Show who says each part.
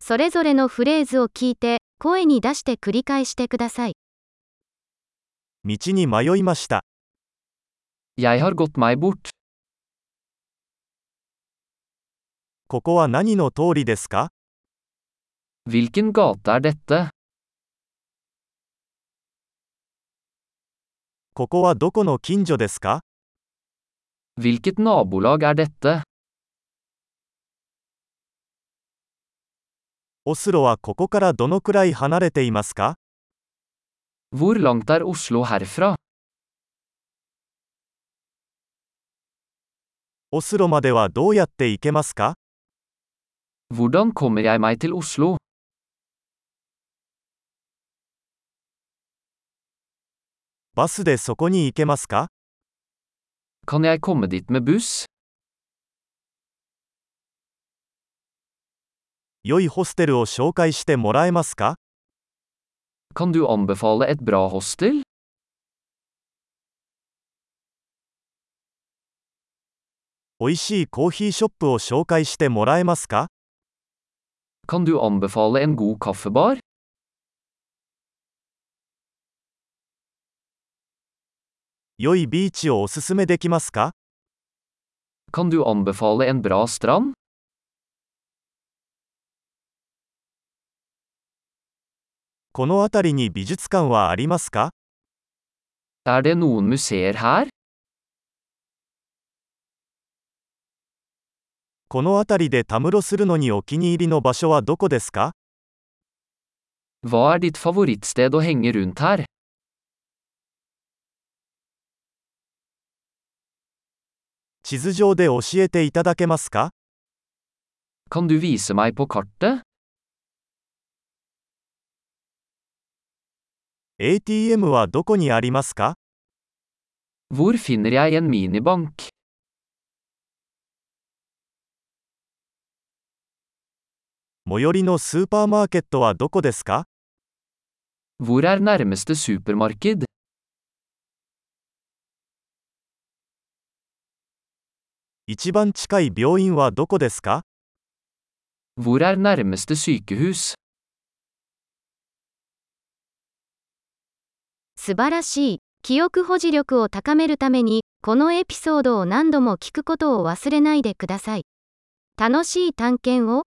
Speaker 1: それぞれのフレーズを聞いて、声に出して繰り返してください。
Speaker 2: 道に迷いました。
Speaker 3: Jeg har gått meg bort.
Speaker 2: ここは何の通りですか
Speaker 3: Hvilken gate er dette?
Speaker 2: ここはどこの近所ですか
Speaker 3: Hvilket nabolag er dette?
Speaker 2: オスロはここからどのくらい離れていますか
Speaker 3: Hvor langt er Oslo herfra?
Speaker 2: オスロまではどうやって行けますか
Speaker 3: Hvordan kommer jeg meg til Oslo?
Speaker 2: バスでそこに行けますか
Speaker 3: Kan jeg komme dit med buss?
Speaker 2: 良いホステルを紹介してもらえますか
Speaker 3: Kan du anbefale et bra hostel?
Speaker 2: 美味しいコーヒーショップを紹介してもらえますか
Speaker 3: Kan du anbefale en god kaffebar?
Speaker 2: 良いビーチをおすすめできますか
Speaker 3: Kan du anbefale en bra strand?
Speaker 2: この辺りに美術館はありますか
Speaker 3: Er det noen museer her?
Speaker 2: この辺りでたむろするのにお気に入りの場所はどこですか
Speaker 3: Hva er ditt favorittsted å henge rundt her?
Speaker 2: 地図上で教えていただけますか
Speaker 3: Kan du vise meg på kartet?
Speaker 2: ATM はどこにありますか
Speaker 3: Hvor finner jeg en minibank?
Speaker 2: 最寄りのスーパーマーケットはどこですか
Speaker 3: Hvor er nærmeste supermarked?
Speaker 2: 一番近い病院はどこですか
Speaker 3: Hvor er nærmeste sykehus?
Speaker 1: 素晴らしい。記憶保持力を高めるために、このエピソードを何度も聞くことを忘れないでください。楽しい探検を。